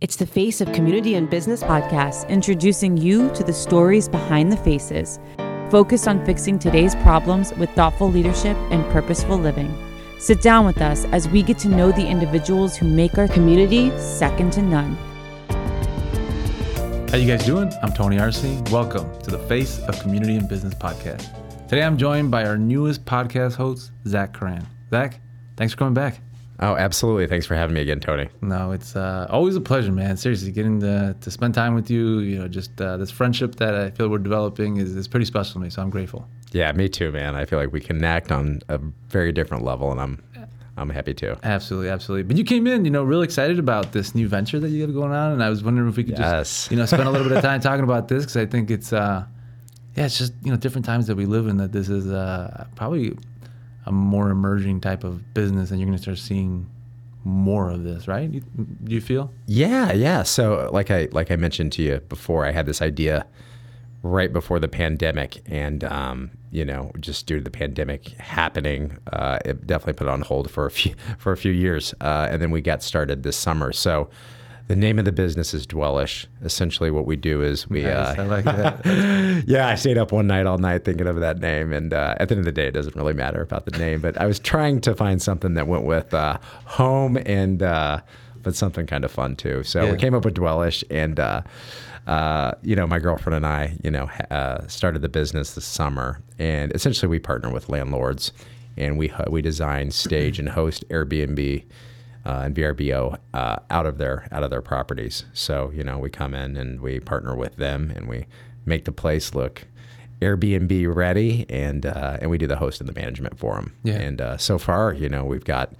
It's the Face of Community and Business podcast. introducing you to the stories behind the faces, focused on fixing today's problems with thoughtful leadership and purposeful living. Sit down with us as we get to know the individuals who make our community second to none. How you guys doing? I'm Tony Arce. Welcome to the Face of Community and Business podcast. Today I'm joined by our newest podcast host, Zach Coran. Zach, thanks for coming back. Oh, absolutely. Thanks for having me again, Tony. No, it's uh, always a pleasure, man. Seriously, getting to, to spend time with you, you know, just uh, this friendship that I feel we're developing is, is pretty special to me, so I'm grateful. Yeah, me too, man. I feel like we connect on a very different level, and I'm I'm happy too. Absolutely, absolutely. But you came in, you know, real excited about this new venture that you have going on, and I was wondering if we could Yes. just, you know, spend a little bit of time talking about this because I think it's, uh, yeah, it's just you know different times that we live in that this is uh, probably a more emerging type of business, and you're going to start seeing more of this, right? You, do you feel? Yeah, yeah. So, like I like I mentioned to you before, I had this idea right before the pandemic, and um, you know, just due to the pandemic happening, uh, it definitely put it on hold for a few for a few years, uh, and then we got started this summer. So, the name of the business is Dwellish. Essentially, what we do is we uh, Nice, I like that. yeah, I stayed up one night all night thinking of that name, and uh, at the end of the day, it doesn't really matter about the name. But I was trying to find something that went with uh, home and uh, but something kind of fun too. So Yeah. we came up with Dwellish, and uh, uh, you know, my girlfriend and I, you know, ha- uh, started the business this summer, and essentially we partner with landlords, and we ho- we design, stage, and host Airbnb uh, and VRBO uh, out of their out of their properties. So you know we come in and we partner with them and we make the place look Airbnb ready and uh, and we do the host and the management for them. Yeah. And uh, so far, you know, we've got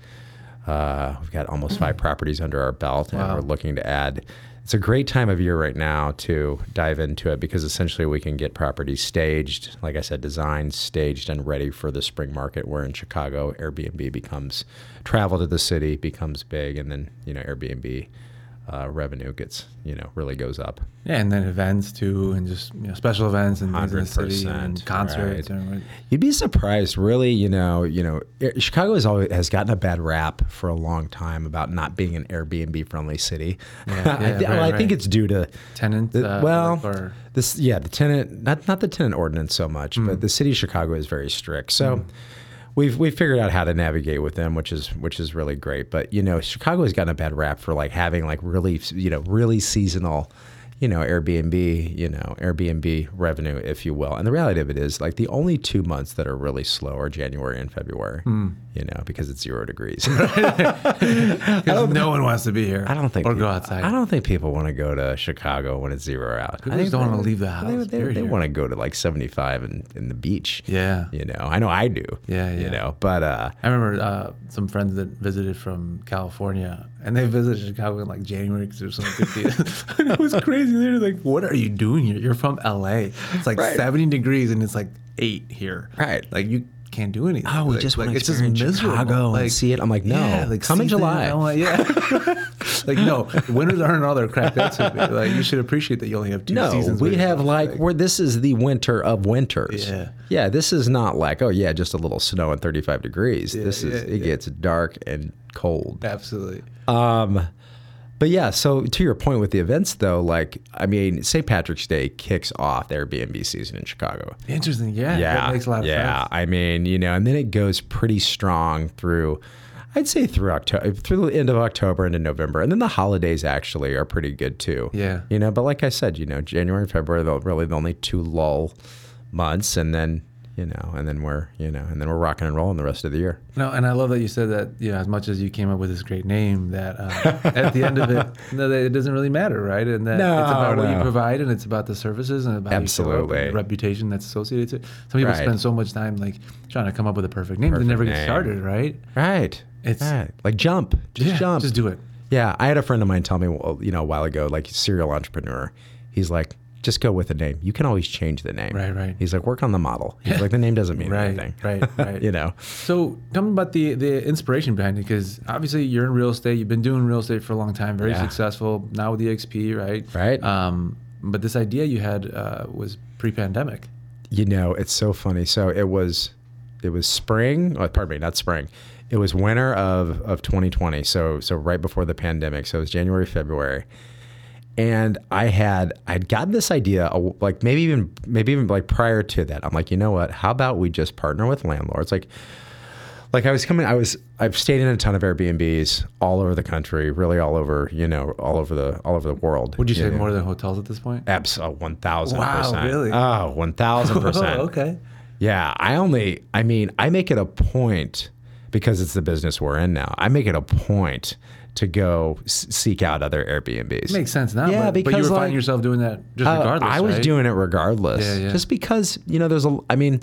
uh, we've got almost five properties under our belt, and we're looking to add. It's a great time of year right now to dive into it because essentially we can get properties staged, like I said, designed, staged, and ready for the spring market. Where in Chicago, Airbnb becomes travel to the city becomes big, and then you know Airbnb uh, revenue gets you know really goes up. yeah, and then events too, and just you know special events and things in the city 100%, and concerts right. and. You'd be surprised, really. You know, you know, Air- Chicago has always has gotten a bad rap for a long time about not being an Airbnb friendly city. Yeah, I, yeah, th- well, right, I think right. it's due to Tenant, the- uh, well, or- this yeah, the tenant not not the tenant ordinance so much, but the city of Chicago is very strict. So. We've, we've figured out how to navigate with them, which is which is really great. But you know, Chicago has gotten a bad rap for like having like really you know really seasonal, you know Airbnb you know Airbnb revenue, if you will. And the reality of it is like the only two months that are really slow are January and February. You know because it's zero degrees. Because no one wants to be here. I don't think or peop- go outside. I don't think people want to go to Chicago when it's zero out. People I think just don't wanna they- leave the house, They, period. want to go to like seventy five and in the beach. Yeah. you know. I know I do. Yeah, yeah. You know, but uh, I remember uh, some friends that visited from California, and they visited Chicago in like January because there's something good It was crazy. They were like, "What are you doing here? You're from LA. It's like Right. 70 degrees, and it's like eight here. Right. Like you can't do anything. Oh, we Like- just wanna like, experience miserable. Chicago and see it. I'm like, no, come in see things. July. I'm like, yeah. like no, winters aren't all their crap. That's what- like you should appreciate that you only have two no, seasons. we where you have go. like where this is the winter of winters. Yeah. yeah. This is not like oh yeah, just a little snow and thirty five degrees. this is yeah, it gets dark and cold. absolutely. Um, but yeah, so to your point with the events though, like I mean, St. Patrick's Day kicks off the Airbnb season in Chicago. Interesting. Yeah. yeah, That makes a lot of yeah. sense. I mean, you know, and then it goes pretty strong through. I'd say through October, through the end of October into November, and then the holidays actually are pretty good too. Yeah. you know, but like I said, you know, January and February are the- really the only two lull months, and then you know, and then we're you know, and then we're rocking and rolling the rest of the year. No, and I love that you said that. You know, as much as you came up with this great name, that uh, at the end of it, no, that it doesn't really matter, right? And that No, it's about what you no. provide, and it's about the services, and about how you show up and Absolutely. the reputation that's associated to. it. Some people Right. spend so much time like trying to come up with a perfect name, they Perfect never get name. started, right? Right. It's- right. like jump, just Yeah, jump, Just do it. Yeah, I had a friend of mine tell me, well, you know, a while ago, like serial entrepreneur. He's like, just go with the name. You can always change the name. Right, right. He's like, work on the model. He's like, the name doesn't mean Right, anything. right, right. you know. So tell me about the the inspiration behind it, because obviously you're in real estate. You've been doing real estate for a long time, very Yeah. successful. Now with the XP, right? Right. Um, but this idea you had uh, was pre-pandemic. You know, it's so funny. So it was, it was spring. Oh, pardon me, not spring. It was winter of, of 2020, so so right before the pandemic. So it was January, February, and I had I'd gotten this idea uh, like maybe even maybe even like prior to that. I'm like, you know what? How about we just partner with landlords? Like, like I was coming, I was I've stayed in a ton of Airbnbs all over the country, really all over you know all over the all over the world. Would you say know? more than hotels at this point? Abs- oh, 1000%. Wow, really? Oh, 1000%. Oh, okay. Yeah, I only, I mean, I make it a point because it's the business we're in now. I make it a point to go s- seek out other Airbnbs. Makes sense now. but, Yeah, but you because, were like, finding yourself doing that just Uh, regardless. I was right? doing it regardless, Yeah, yeah. just because you know there's a. I mean,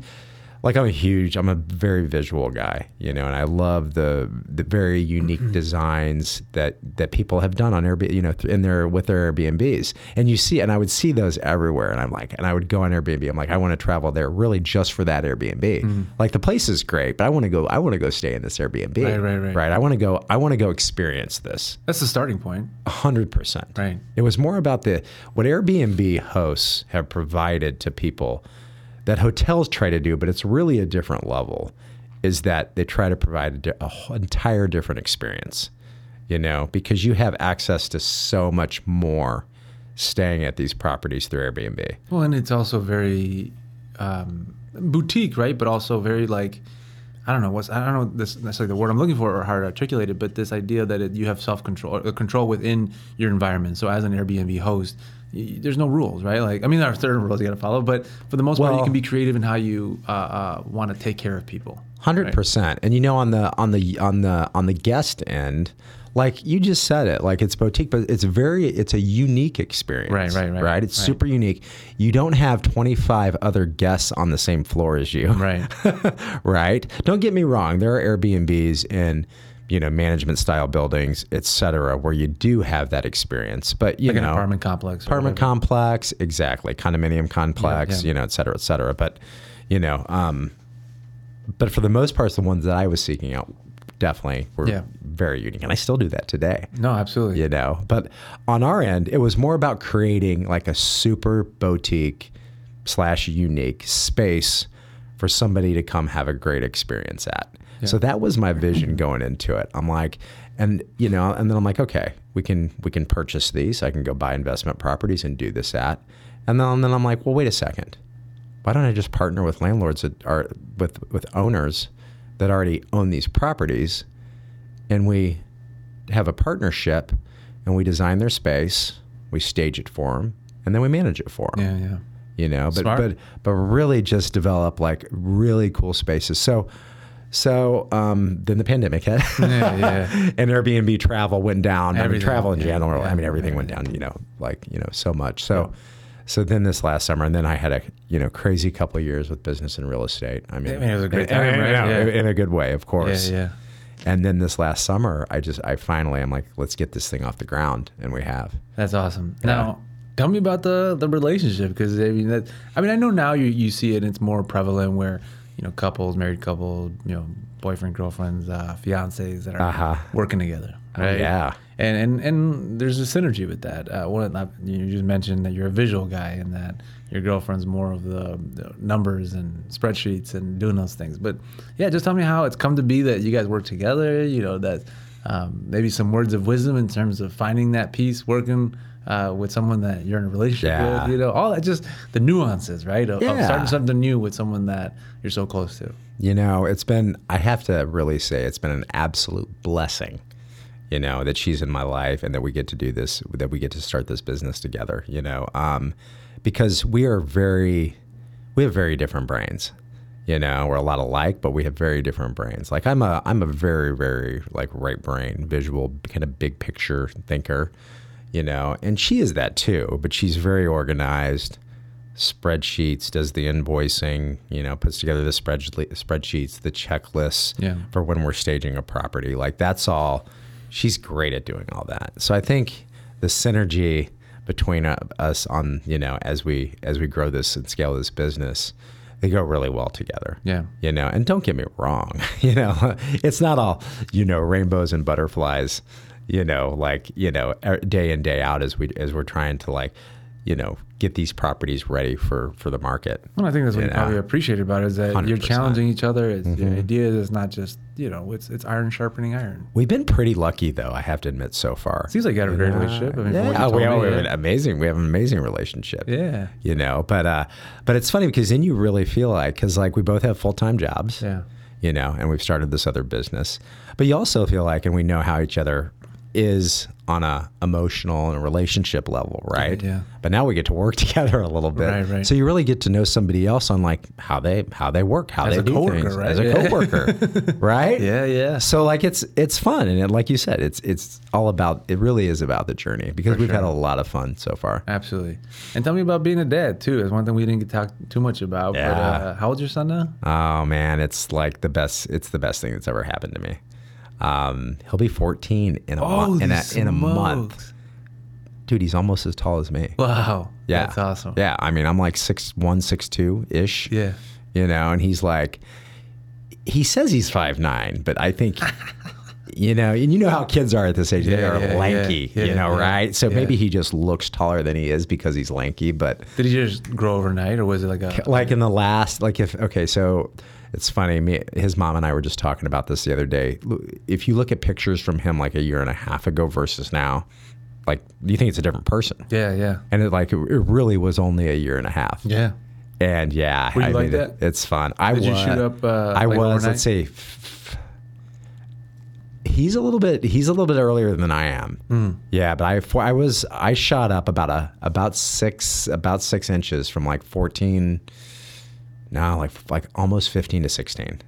like I'm a huge, I'm a very visual guy, you know, and I love the the very Mm-hmm. unique designs that that people have done on Airbnb, you know, th- in their with their Airbnbs, and you see, and I would see those everywhere, and I'm like, and I would go on Airbnb, I'm like, I want to travel there really just for that Airbnb. Mm-hmm. Like the place is great, but I want to go, I want to go stay in this Airbnb, Right, right, right. right. I want to go, I want to go experience this That's the starting point. hundred percent. Right. It was more about the what Airbnb hosts have provided to people that hotels try to do, but it's really a different level. Is that they try to provide a, di- a whole entire different experience, you know, because you have access to so much more staying at these properties through Airbnb. Well, and it's also very um, boutique, right? But also very like I don't know what's I don't know this necessarily the word I'm looking for or how to articulate it, but this idea that it, you have self control, uh, control within your environment. So as an Airbnb host, y- there's no rules, right? Like I mean, there are certain rules you got to follow, but for the most part, Well- you can be creative in how you uh, uh, want to take care of people. Hundred Right. percent. And you know, on the on the on the on the guest end, like you just said it, like it's boutique, but it's very it's a unique experience. Right, right, right, Right. It's right. super unique. You don't have twenty five other guests on the same floor as you. Right. right. Don't get me wrong. There are Airbnbs in you know management style buildings, et cetera, where you do have that experience. But you Like an know, apartment complex. or apartment whatever. complex, exactly, condominium complex, yeah. you know, et cetera, et cetera. But you know, um, but for the most part, the ones that I was seeking out definitely were Yeah. very unique, and I still do that today. No, absolutely. You know, but on our end, it was more about creating like a super boutique slash unique space for somebody to come have a great experience at. So that was my vision going into it. I'm like, and you know, and then I'm like, okay, we can we can purchase these. I can go buy investment properties and do this at. And then and then I'm like, well, wait a second. Why don't I just partner with landlords that are with with owners that already own these properties and we have a partnership and we design their space, we stage it for them, and then we manage it for them. Yeah, yeah. You know, but Smart. but but really just develop like really cool spaces. So so um, then the pandemic hit, Yeah, yeah. and Airbnb travel went down. I mean, Everything. travel in Yeah, general. I yeah, mean, everything went down. You know, like you know, so much. So. So then this last summer, and then I had a you know crazy couple of years with business and real estate. I mean, I mean, it was a great and- and- time, right? and- Yeah. in a good way, of yeah, course. yeah. And then this last summer, I just, I finally, I'm like, let's get this thing off the ground. And we have. That's awesome. Now, tell me about the the relationship because I mean that I mean I know now you you see it and it's more prevalent where you know couples, married couples, you know boyfriend, girlfriends, uh, fiancés that are Uh-huh. Oh, working together. Right? yeah. And and and there's a synergy with that. Uh, one, I- you just mentioned that you're a visual guy and that your girlfriend's more of the, the numbers and spreadsheets and doing those things. But yeah, just tell me how it's come to be that you guys work together. You know that um, maybe some words of wisdom in terms of finding that peace, working uh, with someone that you're in a relationship Yeah. with. You know all that, just the nuances, right? Of, of Yeah. starting something new with someone that you're so close to. You know, it's been, I have to really say, it's been an absolute blessing, you know, that she's in my life and that we get to do this, that we get to start this business together, you know, um, because we are very, we have very different brains. You know, we're a lot alike, but we have very different brains. Like I'm a, I'm a very, very like right brain, visual, kind of big picture thinker, you know, and she is that too, but she's very organized. spreadsheets, does the invoicing, you know, puts together the spread, spreadsheets, the checklists Yeah. for when we're staging a property. Like that's all. She's great at doing all that. So I think the synergy between uh, us on, you know, as we as we grow this and scale this business, they go really well together Yeah. you know and don't get me wrong you know it's not all you know rainbows and butterflies you know like you know er- day in day out as we as we're trying to like y- you know get these properties ready for for the market. Well, I think that's what You you know? probably appreciate about it is that you are 100%. challenging each other. It's Mm-hmm. your ideas. It's not just you know, it's it's iron sharpening iron. We've been pretty lucky though, I have to admit so far. Seems like you had a great relationship. I mean, from what you yeah, Oh, we, told all me, we have yeah. an amazing. We have an amazing relationship. Yeah. you know, but uh, but it's funny because then you really feel like because like we both have full time jobs. Yeah. you know, and we've started this other business, but you also feel like, and we know how each other is on a emotional and relationship level, right? yeah. But now we get to work together a little bit, Right, right. So you really get to know somebody else on like how they how they work, how As they a do coworker, things right? as a Yeah. coworker, right? Yeah, yeah. Uh, So like it's it's fun, and it, like you said, it's it's all about it. Really is about the journey because we've had a lot of fun so far. Absolutely. And tell me about being a dad too. It's one thing we didn't get talk too much about. Yeah. But uh, how old's your son now? Oh man, it's like the best. It's the best thing that's ever happened to me. Um, he'll be 14 in a month. In a, in a month, smokes. dude. He's almost as tall as me. Wow. yeah, That's awesome. Yeah, I mean, I'm like six one, six two ish. Yeah. you know, and he's like, he says he's five nine, but I think. You know, and you know how kids are at this age. they Yeah, are yeah, lanky, yeah, you know, yeah, right? So yeah. maybe he just looks taller than he is because he's lanky, but Did he just grow overnight, or was it like a? like in the last like if okay so it's funny me his mom and i were just talking about this the other day L- if you look at pictures from him like a year and a half ago versus now like you think it's a different person Yeah, yeah, and it like it, it really was only a year and a half yeah. and yeah Were you I like mean, it- that? it's fun i Did you was shoot up, uh, i like was overnight? let's say f- he's a little bit he's a little bit earlier than i am Hmm. yeah but i for- i was i shot up about a about six about six inches from like 14 no like like almost 15 to 16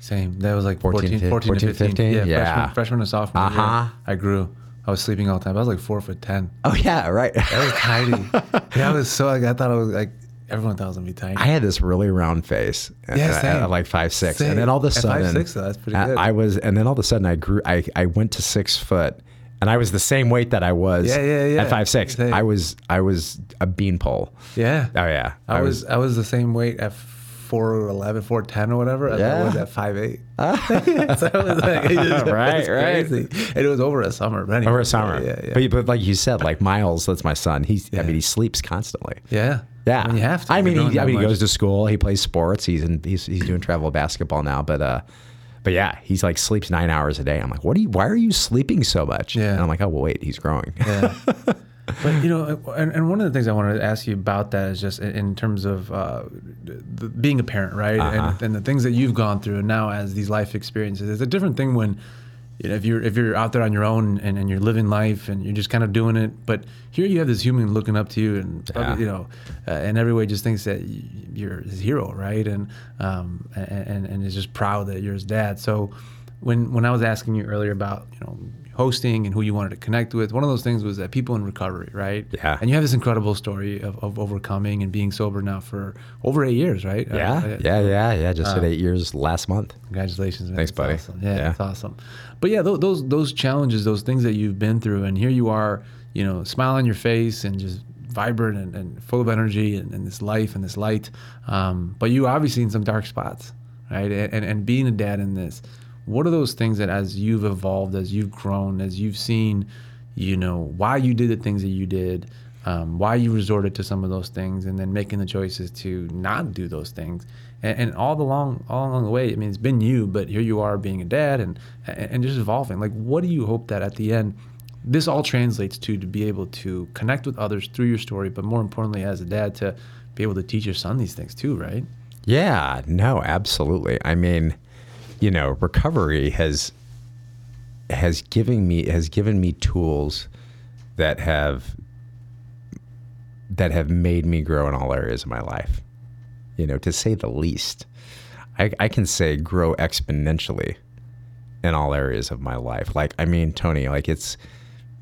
Same. That was like 14, 14, 14, 14, to 15. 15? Yeah, Yeah. Freshman, freshman and sophomore Uh-huh. year, I grew. I was sleeping all the time. I was like four foot ten. oh yeah right I was tiny. yeah, I was so like I thought I was like everyone thought I was gonna be tiny. I had this really round face, Yeah, at- same. at like five six, Same. and then all of a At sudden, 5'6", though, that's pretty I- good. I was, and then all of a sudden, I grew. I I went to six foot, and I was the same weight that I was. Yeah, yeah, yeah. At five six, Same. I was I was a beanpole. yeah. Oh yeah, I, was, I was the same weight at four eleven, four ten or whatever as I Yeah. was at five eight. so I was like, it just, Right, it was right. crazy. And it was over a summer, but anyway, over a summer. Yeah, yeah. But, but like you said, like Miles, that's my son. He's I mean, he sleeps constantly. yeah. Yeah, I mean, you have to. I You're mean, growing he, I that mean, he much. goes to school. He plays sports. He's in. He's, he's doing travel basketball now. But uh, but yeah, he's like sleeps nine hours a day. I'm like, what are you? Why are you sleeping so much? Yeah. And I'm like, oh well, wait, he's growing. Yeah. but you know, and, and one of the things I wanted to ask you about that is just in, in terms of uh, the, being a parent, right? And, and the things that you've gone through now as these life experiences. It's a different thing when. You know, if you're if you're out there on your own and, and you're living life and you're just kind of doing it, but here you have this human looking up to you and probably, Yeah. you know, uh, in every way just thinks that y- you're his hero, right? And um and, and and is just proud that you're his dad. So when when I was asking you earlier about you know hosting and who you wanted to connect with, one of those things was that people in recovery, right? Yeah. And you have this incredible story of, of overcoming and being sober now for over eight years, right? Uh, Yeah, uh, yeah, yeah, yeah. Just hit eight years last month. Congratulations, man. Thanks, That's buddy. Awesome. Yeah, Yeah. that's awesome. But yeah, those, those those challenges, those things that you've been through, and here you are, you know, smile on your face and just vibrant and, and full of energy and, and this life and this light. Um, but you obviously in some dark spots, right? And, and and being a dad in this, what are those things that as you've evolved, as you've grown, as you've seen, you know, why you did the things that you did. Um, why you resorted to some of those things, and then making the choices to not do those things, and, and all the long all along the way i mean it's been you but here you are being a dad and and just evolving like what do you hope that at the end this all translates to to be able to connect with others through your story but more importantly as a dad to be able to teach your son these things too right Yeah, no, absolutely. I mean, you know, recovery has has given me has given me tools that have that have made me grow in all areas of my life. You know, to say the least. I, I can say grow exponentially in all areas of my life. Like I mean, Tony, like it's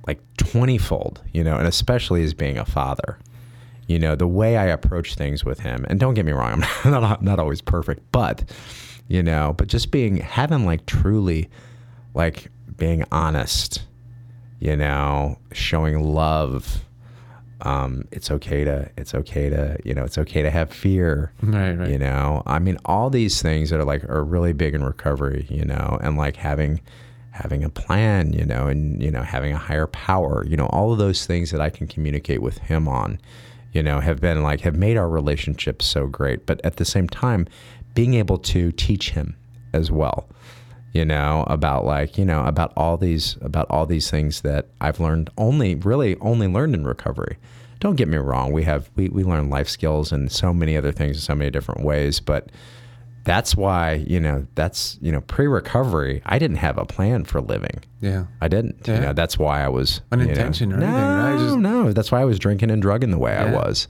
like 20-fold, you know, and especially as being a father you know the way i approach things with him and don't get me wrong i'm not, not always perfect but you know but just being having like truly like being honest you know showing love um it's okay to it's okay to you know it's okay to have fear right right you know i mean all these things that are like are really big in recovery you know and like having having a plan, you know, and you know, having a higher power, you know, all of those things that I can communicate with him on, you know, have been like have made our relationship so great. But at the same time, being able to teach him as well, you know, about like, you know, about all these about all these things that I've learned only really only learned in recovery. Don't get me wrong, we have we, we learn life skills and so many other things in so many different ways, but that's why you know that's you know pre-recovery i didn't have a plan for living Yeah. i didn't you Yeah. know that's why i was An you know- intention or no, anything, right? Just- no that's why i was drinking and drugging the way i Yeah. was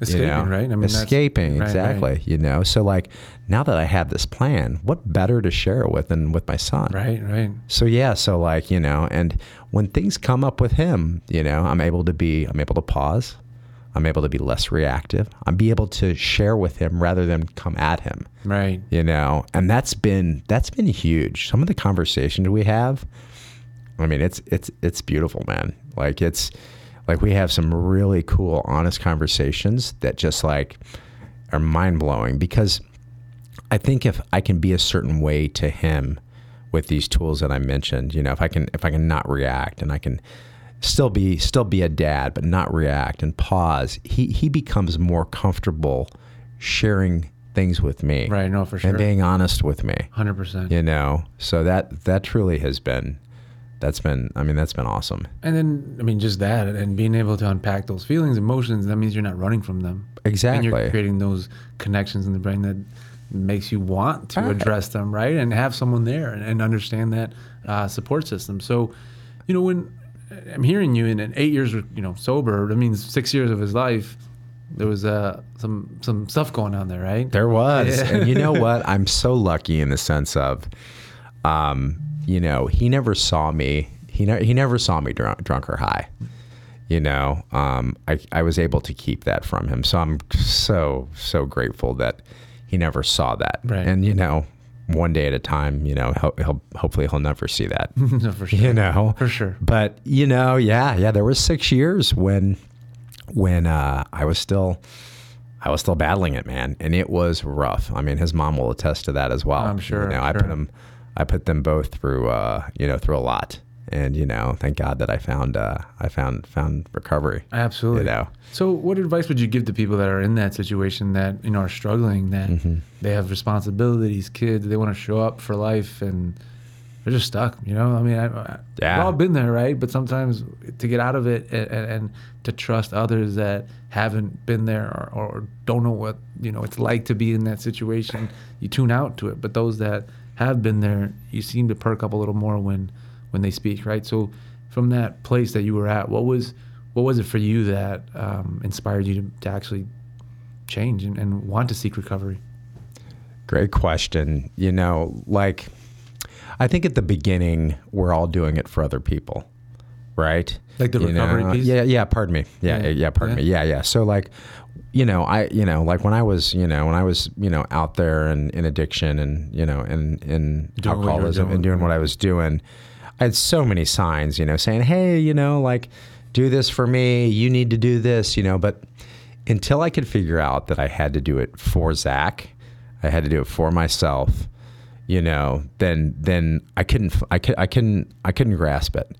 Escaping, you know? right? I mean, that's- escaping right, right. exactly you know so like now that i have this plan what better to share it with than with my son Right, right. so yeah, so like, you know, and when things come up with him, you know, I'm able to be I'm able to pause. I'm able to be less reactive. I'm be able to share with him rather than come at him. Right. You know, and that's been that's been huge. Some of the conversations we have, I mean, it's it's it's beautiful, man. Like it's like we have some really cool, honest conversations that just like are mind blowing because I think if I can be a certain way to him with these tools that I mentioned, you know, if I can if I can not react and I can still be still be a dad but not react and pause, he he becomes more comfortable sharing things with me. Right, no, for And sure. being honest with me. 100%. You know. So that that truly has been that's been I mean that's been awesome. And then, I mean, just that and being able to unpack those feelings, emotions, that means you're not running from them. And Exactly. you're creating those connections in the brain that makes you want to Right. address them, right? And have someone there and, and understand that uh, support system. So, you know, when uh, I'm hearing you in and eight years, you know, sober, that means six years of his life, there was uh, some, some stuff going on there, right? There was. And you know what? I'm so lucky in the sense of, um, you know, he never saw me. He, ne- he never saw me drunk, drunk or high. You know, um, I, I was able to keep that from him. So I'm so, so grateful that he never saw that. Right. And, you know, one day at a time, you know, he'll, he'll, hopefully he'll never see that. no, for sure. you know For sure. but you know yeah yeah there was six years when when uh i was still i was still battling it man and it was rough i mean his mom will attest to that as well I'm sure, you know I'm i sure. put him i put them both through uh you know through a lot and you know thank god that i found uh i found found recovery Absolutely. you know So, what advice would you give to people that are in that situation that you know are struggling, that they have responsibilities, kids, they want to show up for life, and they're just stuck? You know, I mean, I, I, Yeah. we've all been there, right? But sometimes to get out of it and, and, and to trust others that haven't been there or, or don't know what you know it's like to be in that situation, you tune out to it. But those that have been there, you seem to perk up a little more when when they speak, right? So, from that place that you were at, what was what was it for you that um, inspired you to, to actually change and, and want to seek recovery? Great question. You know, like I think at the beginning we're all doing it for other people, right? Like the You recovery know? piece? Yeah, yeah. Pardon me. Yeah, Yeah. yeah. pardon Yeah. me. Yeah, yeah. So like, you know, I, you know, like when I was, you know, when I was, you know, out there and in addiction and you know, and in Doing what you were alcoholism doing. and doing what I was doing, I had so many signs, you know, saying, hey, you know, like do this for me. You need to do this, you know, but until I could figure out that I had to do it for Zach, I had to do it for myself, you know, then then I couldn't f- I could I couldn't I couldn't grasp it,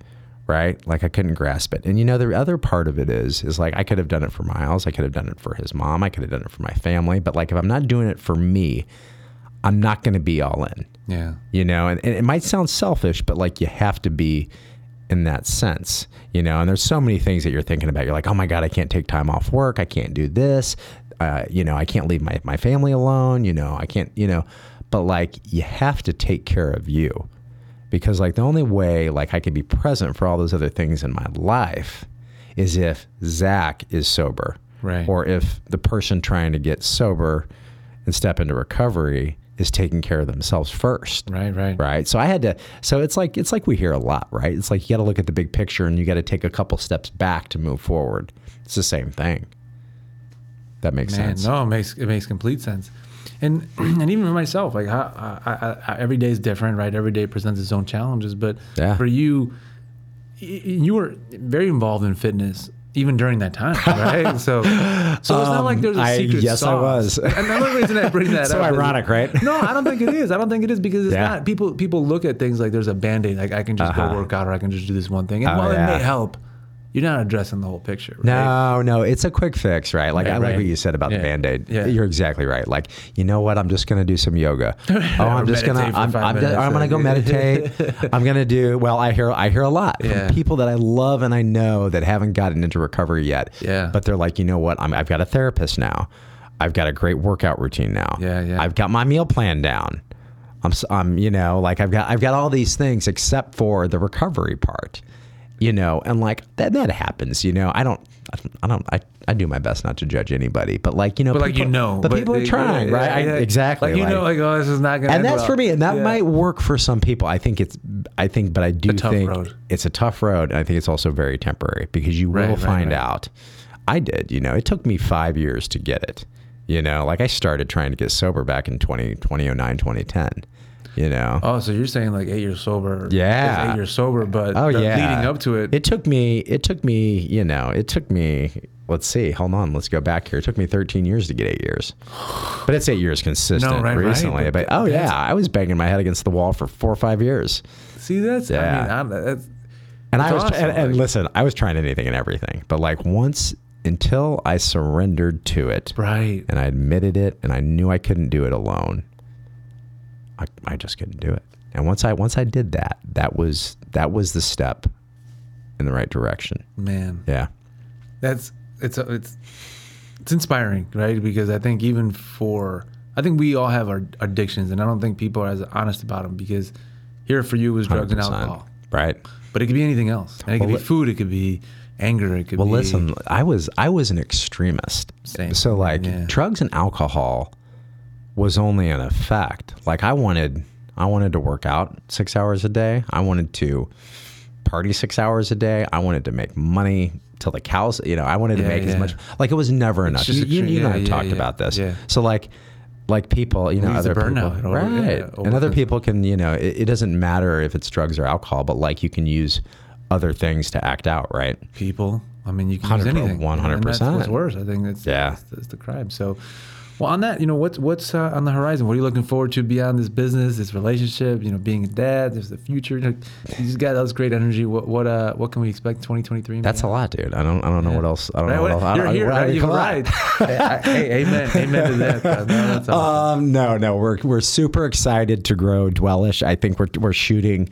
right? Like I couldn't grasp it. And you know, the other part of it is is like I could have done it for Miles, I could have done it for his mom, I could have done it for my family, but like if I'm not doing it for me, I'm not going to be all in Yeah. you know and, and it might sound selfish but like you have to be in that sense you know and there's so many things that you're thinking about you're like oh my god i can't take time off work i can't do this uh, you know i can't leave my, my family alone you know i can't you know but like you have to take care of you because like the only way like i can be present for all those other things in my life is if zach is sober Right. or if the person trying to get sober and step into recovery is taking care of themselves first Right. Right. right so i had to so it's like it's like we hear a lot right it's like you got to look at the big picture and you got to take a couple steps back to move forward it's the same thing that makes Man, sense no, it makes it makes complete sense, and and even for myself, like I, I, I, I, every day is different, right? Every day presents its own challenges, but Yeah. for you, y- you were very involved in fitness even during that time, right? so, so it's not like there's a Um, I- secret yes, I sauce. was. And another reason I bring that So up, is- ironic, right? No, I don't think it is. I don't think it is because it's Yeah. Uh-huh. not. People people look at things like there's a band aid, like I can just go work out or I can just do this one thing. And Oh, while it may yeah. help, you're not addressing the whole picture. Right? No, no, it's a quick fix, right? Like Right, I like right. what you said about Yeah. the band-aid. Yeah. You're exactly right. Like, you know what? I'm just gonna do some yoga. Oh, I'm just gonna meditate for I'm, five I'm, just, minutes. I'm gonna go meditate. I'm gonna do well, I hear I hear a lot Yeah. from people that I love and I know that haven't gotten into recovery yet. Yeah. But they're like, you know what? I'm, I've got a therapist now. I've got a great workout routine now. Yeah, yeah. I've got my meal plan down. I'm, s- I'm, you know, like I've got, I've got all these things except for the recovery part, you know, and like that, that happens, you know. I don't, I don't, I, don't I, I do my best not to judge anybody, but like you know, But like you people- know, but, people are they- trying, yeah, right? I- yeah. exactly, Like you know, like oh, this is not gonna. and end that's well. for me, and that Yeah. might work for some people. I think it's, I think, but I do tough think road. it's a tough road. And I think it's also very temporary because you Right, will right, find right. out. I did, you know, it took me five years to get it. You know, like I started trying to get sober back in 20, 2009, 2010, you know. Oh, so you're saying like eight years sober? Yeah. it's eight years sober, but Oh the- yeah. leading up to it, It took me it took me, you know, it took me let's see, hold on, let's go back here. It took me thirteen years to get eight years. But it's eight years consistent right, right. recently. But But, oh that's- yeah, I was banging my head against the wall for four or five years. see that's. Yeah. I mean, I'm, that's, And That's I was awesome, and, and like- listen, I was trying anything and everything. But like once until I surrendered to it right. and I admitted it and I knew I couldn't do it alone, I, I just couldn't do it. And once I once I did that, that was that was the step in the right direction. Man, Yeah. that's it's uh, it's it's inspiring, right? Because I think even for I think we all have our addictions, and I don't think people are as honest about them. Because here for you was drugs and 100%. alcohol, Right. but it could be anything else. And it could Well, be li- food, it could be anger, it could Well, be listen, I was I was an extremist. Same. So like Yeah. drugs and alcohol was only an effect. Like I wanted I wanted to work out 6 hours a day. I wanted to party 6 hours a day. I wanted to make money till the cows, you know, I wanted to Yeah, make as yeah. much like it was never enough. just You, you, extreme- you and yeah, I have yeah, talked yeah, about this. yeah. So like like people, you know, Leads to other burnout people, or- yeah, right? or and other things. people can, you know, it, it doesn't matter if it's drugs or alcohol, but like you can use other things to act out, right? people. I mean, you can use 100 anything. one hundred And that's percent. What's worse, I think that's Yeah. that's, that's the crime. So, well, on that, you know, what's what's uh, on the horizon? What are you looking forward to beyond this business, this relationship? You know, being a dad, there's the future. You, know, you just got all this great energy. What what uh what can we expect 2023? That's a lot, dude. I don't. I don't know what else. I don't know what else. I You're don't, here, what- right? what- You're come on. right. hey, I- hey, amen, amen to that. bro. No, that's awesome. Um, no, no, we're we're super excited to grow Dwellish. I think we're we're shooting,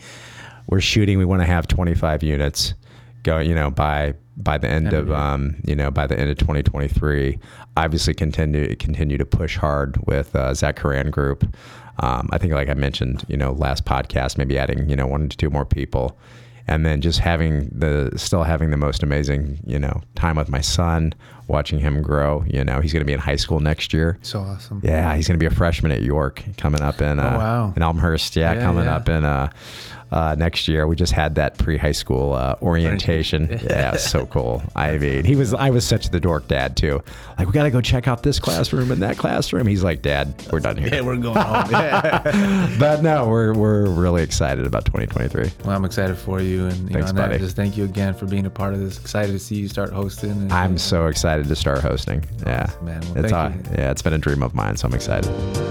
we're shooting. We want to have 25 units go. You know, by by the end of um, you know, by the end of 2023. Obviously, continue continue to push hard with uh, Zach Haran Group. Um, I think, like I mentioned, you know, last podcast, maybe adding you know one to two more people. And then just having the still having the most amazing you know time with my son, watching him grow. You know he's going to be in high school next year. so awesome. Yeah, he's going to be a freshman at York coming up in uh, Oh, wow. in Elmhurst. Yeah, Yeah, coming yeah. up in uh, uh, next year. We just had that pre high school uh, orientation. yeah, it was so cool. I mean, he was I was such the dork dad too. Like we got to go check out this classroom and that classroom. He's like, Dad, we're done Hey, here. we're going home. Yeah. But no, we're we're really excited about 2023. Well, I'm excited for you, and you Thanks, know, and I buddy. just thank you again for being a part of this. Excited to see you start hosting. And, I'm so excited to start hosting. Yeah, Awesome, man. Well, it's thank uh, yeah, it's been a dream of mine, so I'm excited.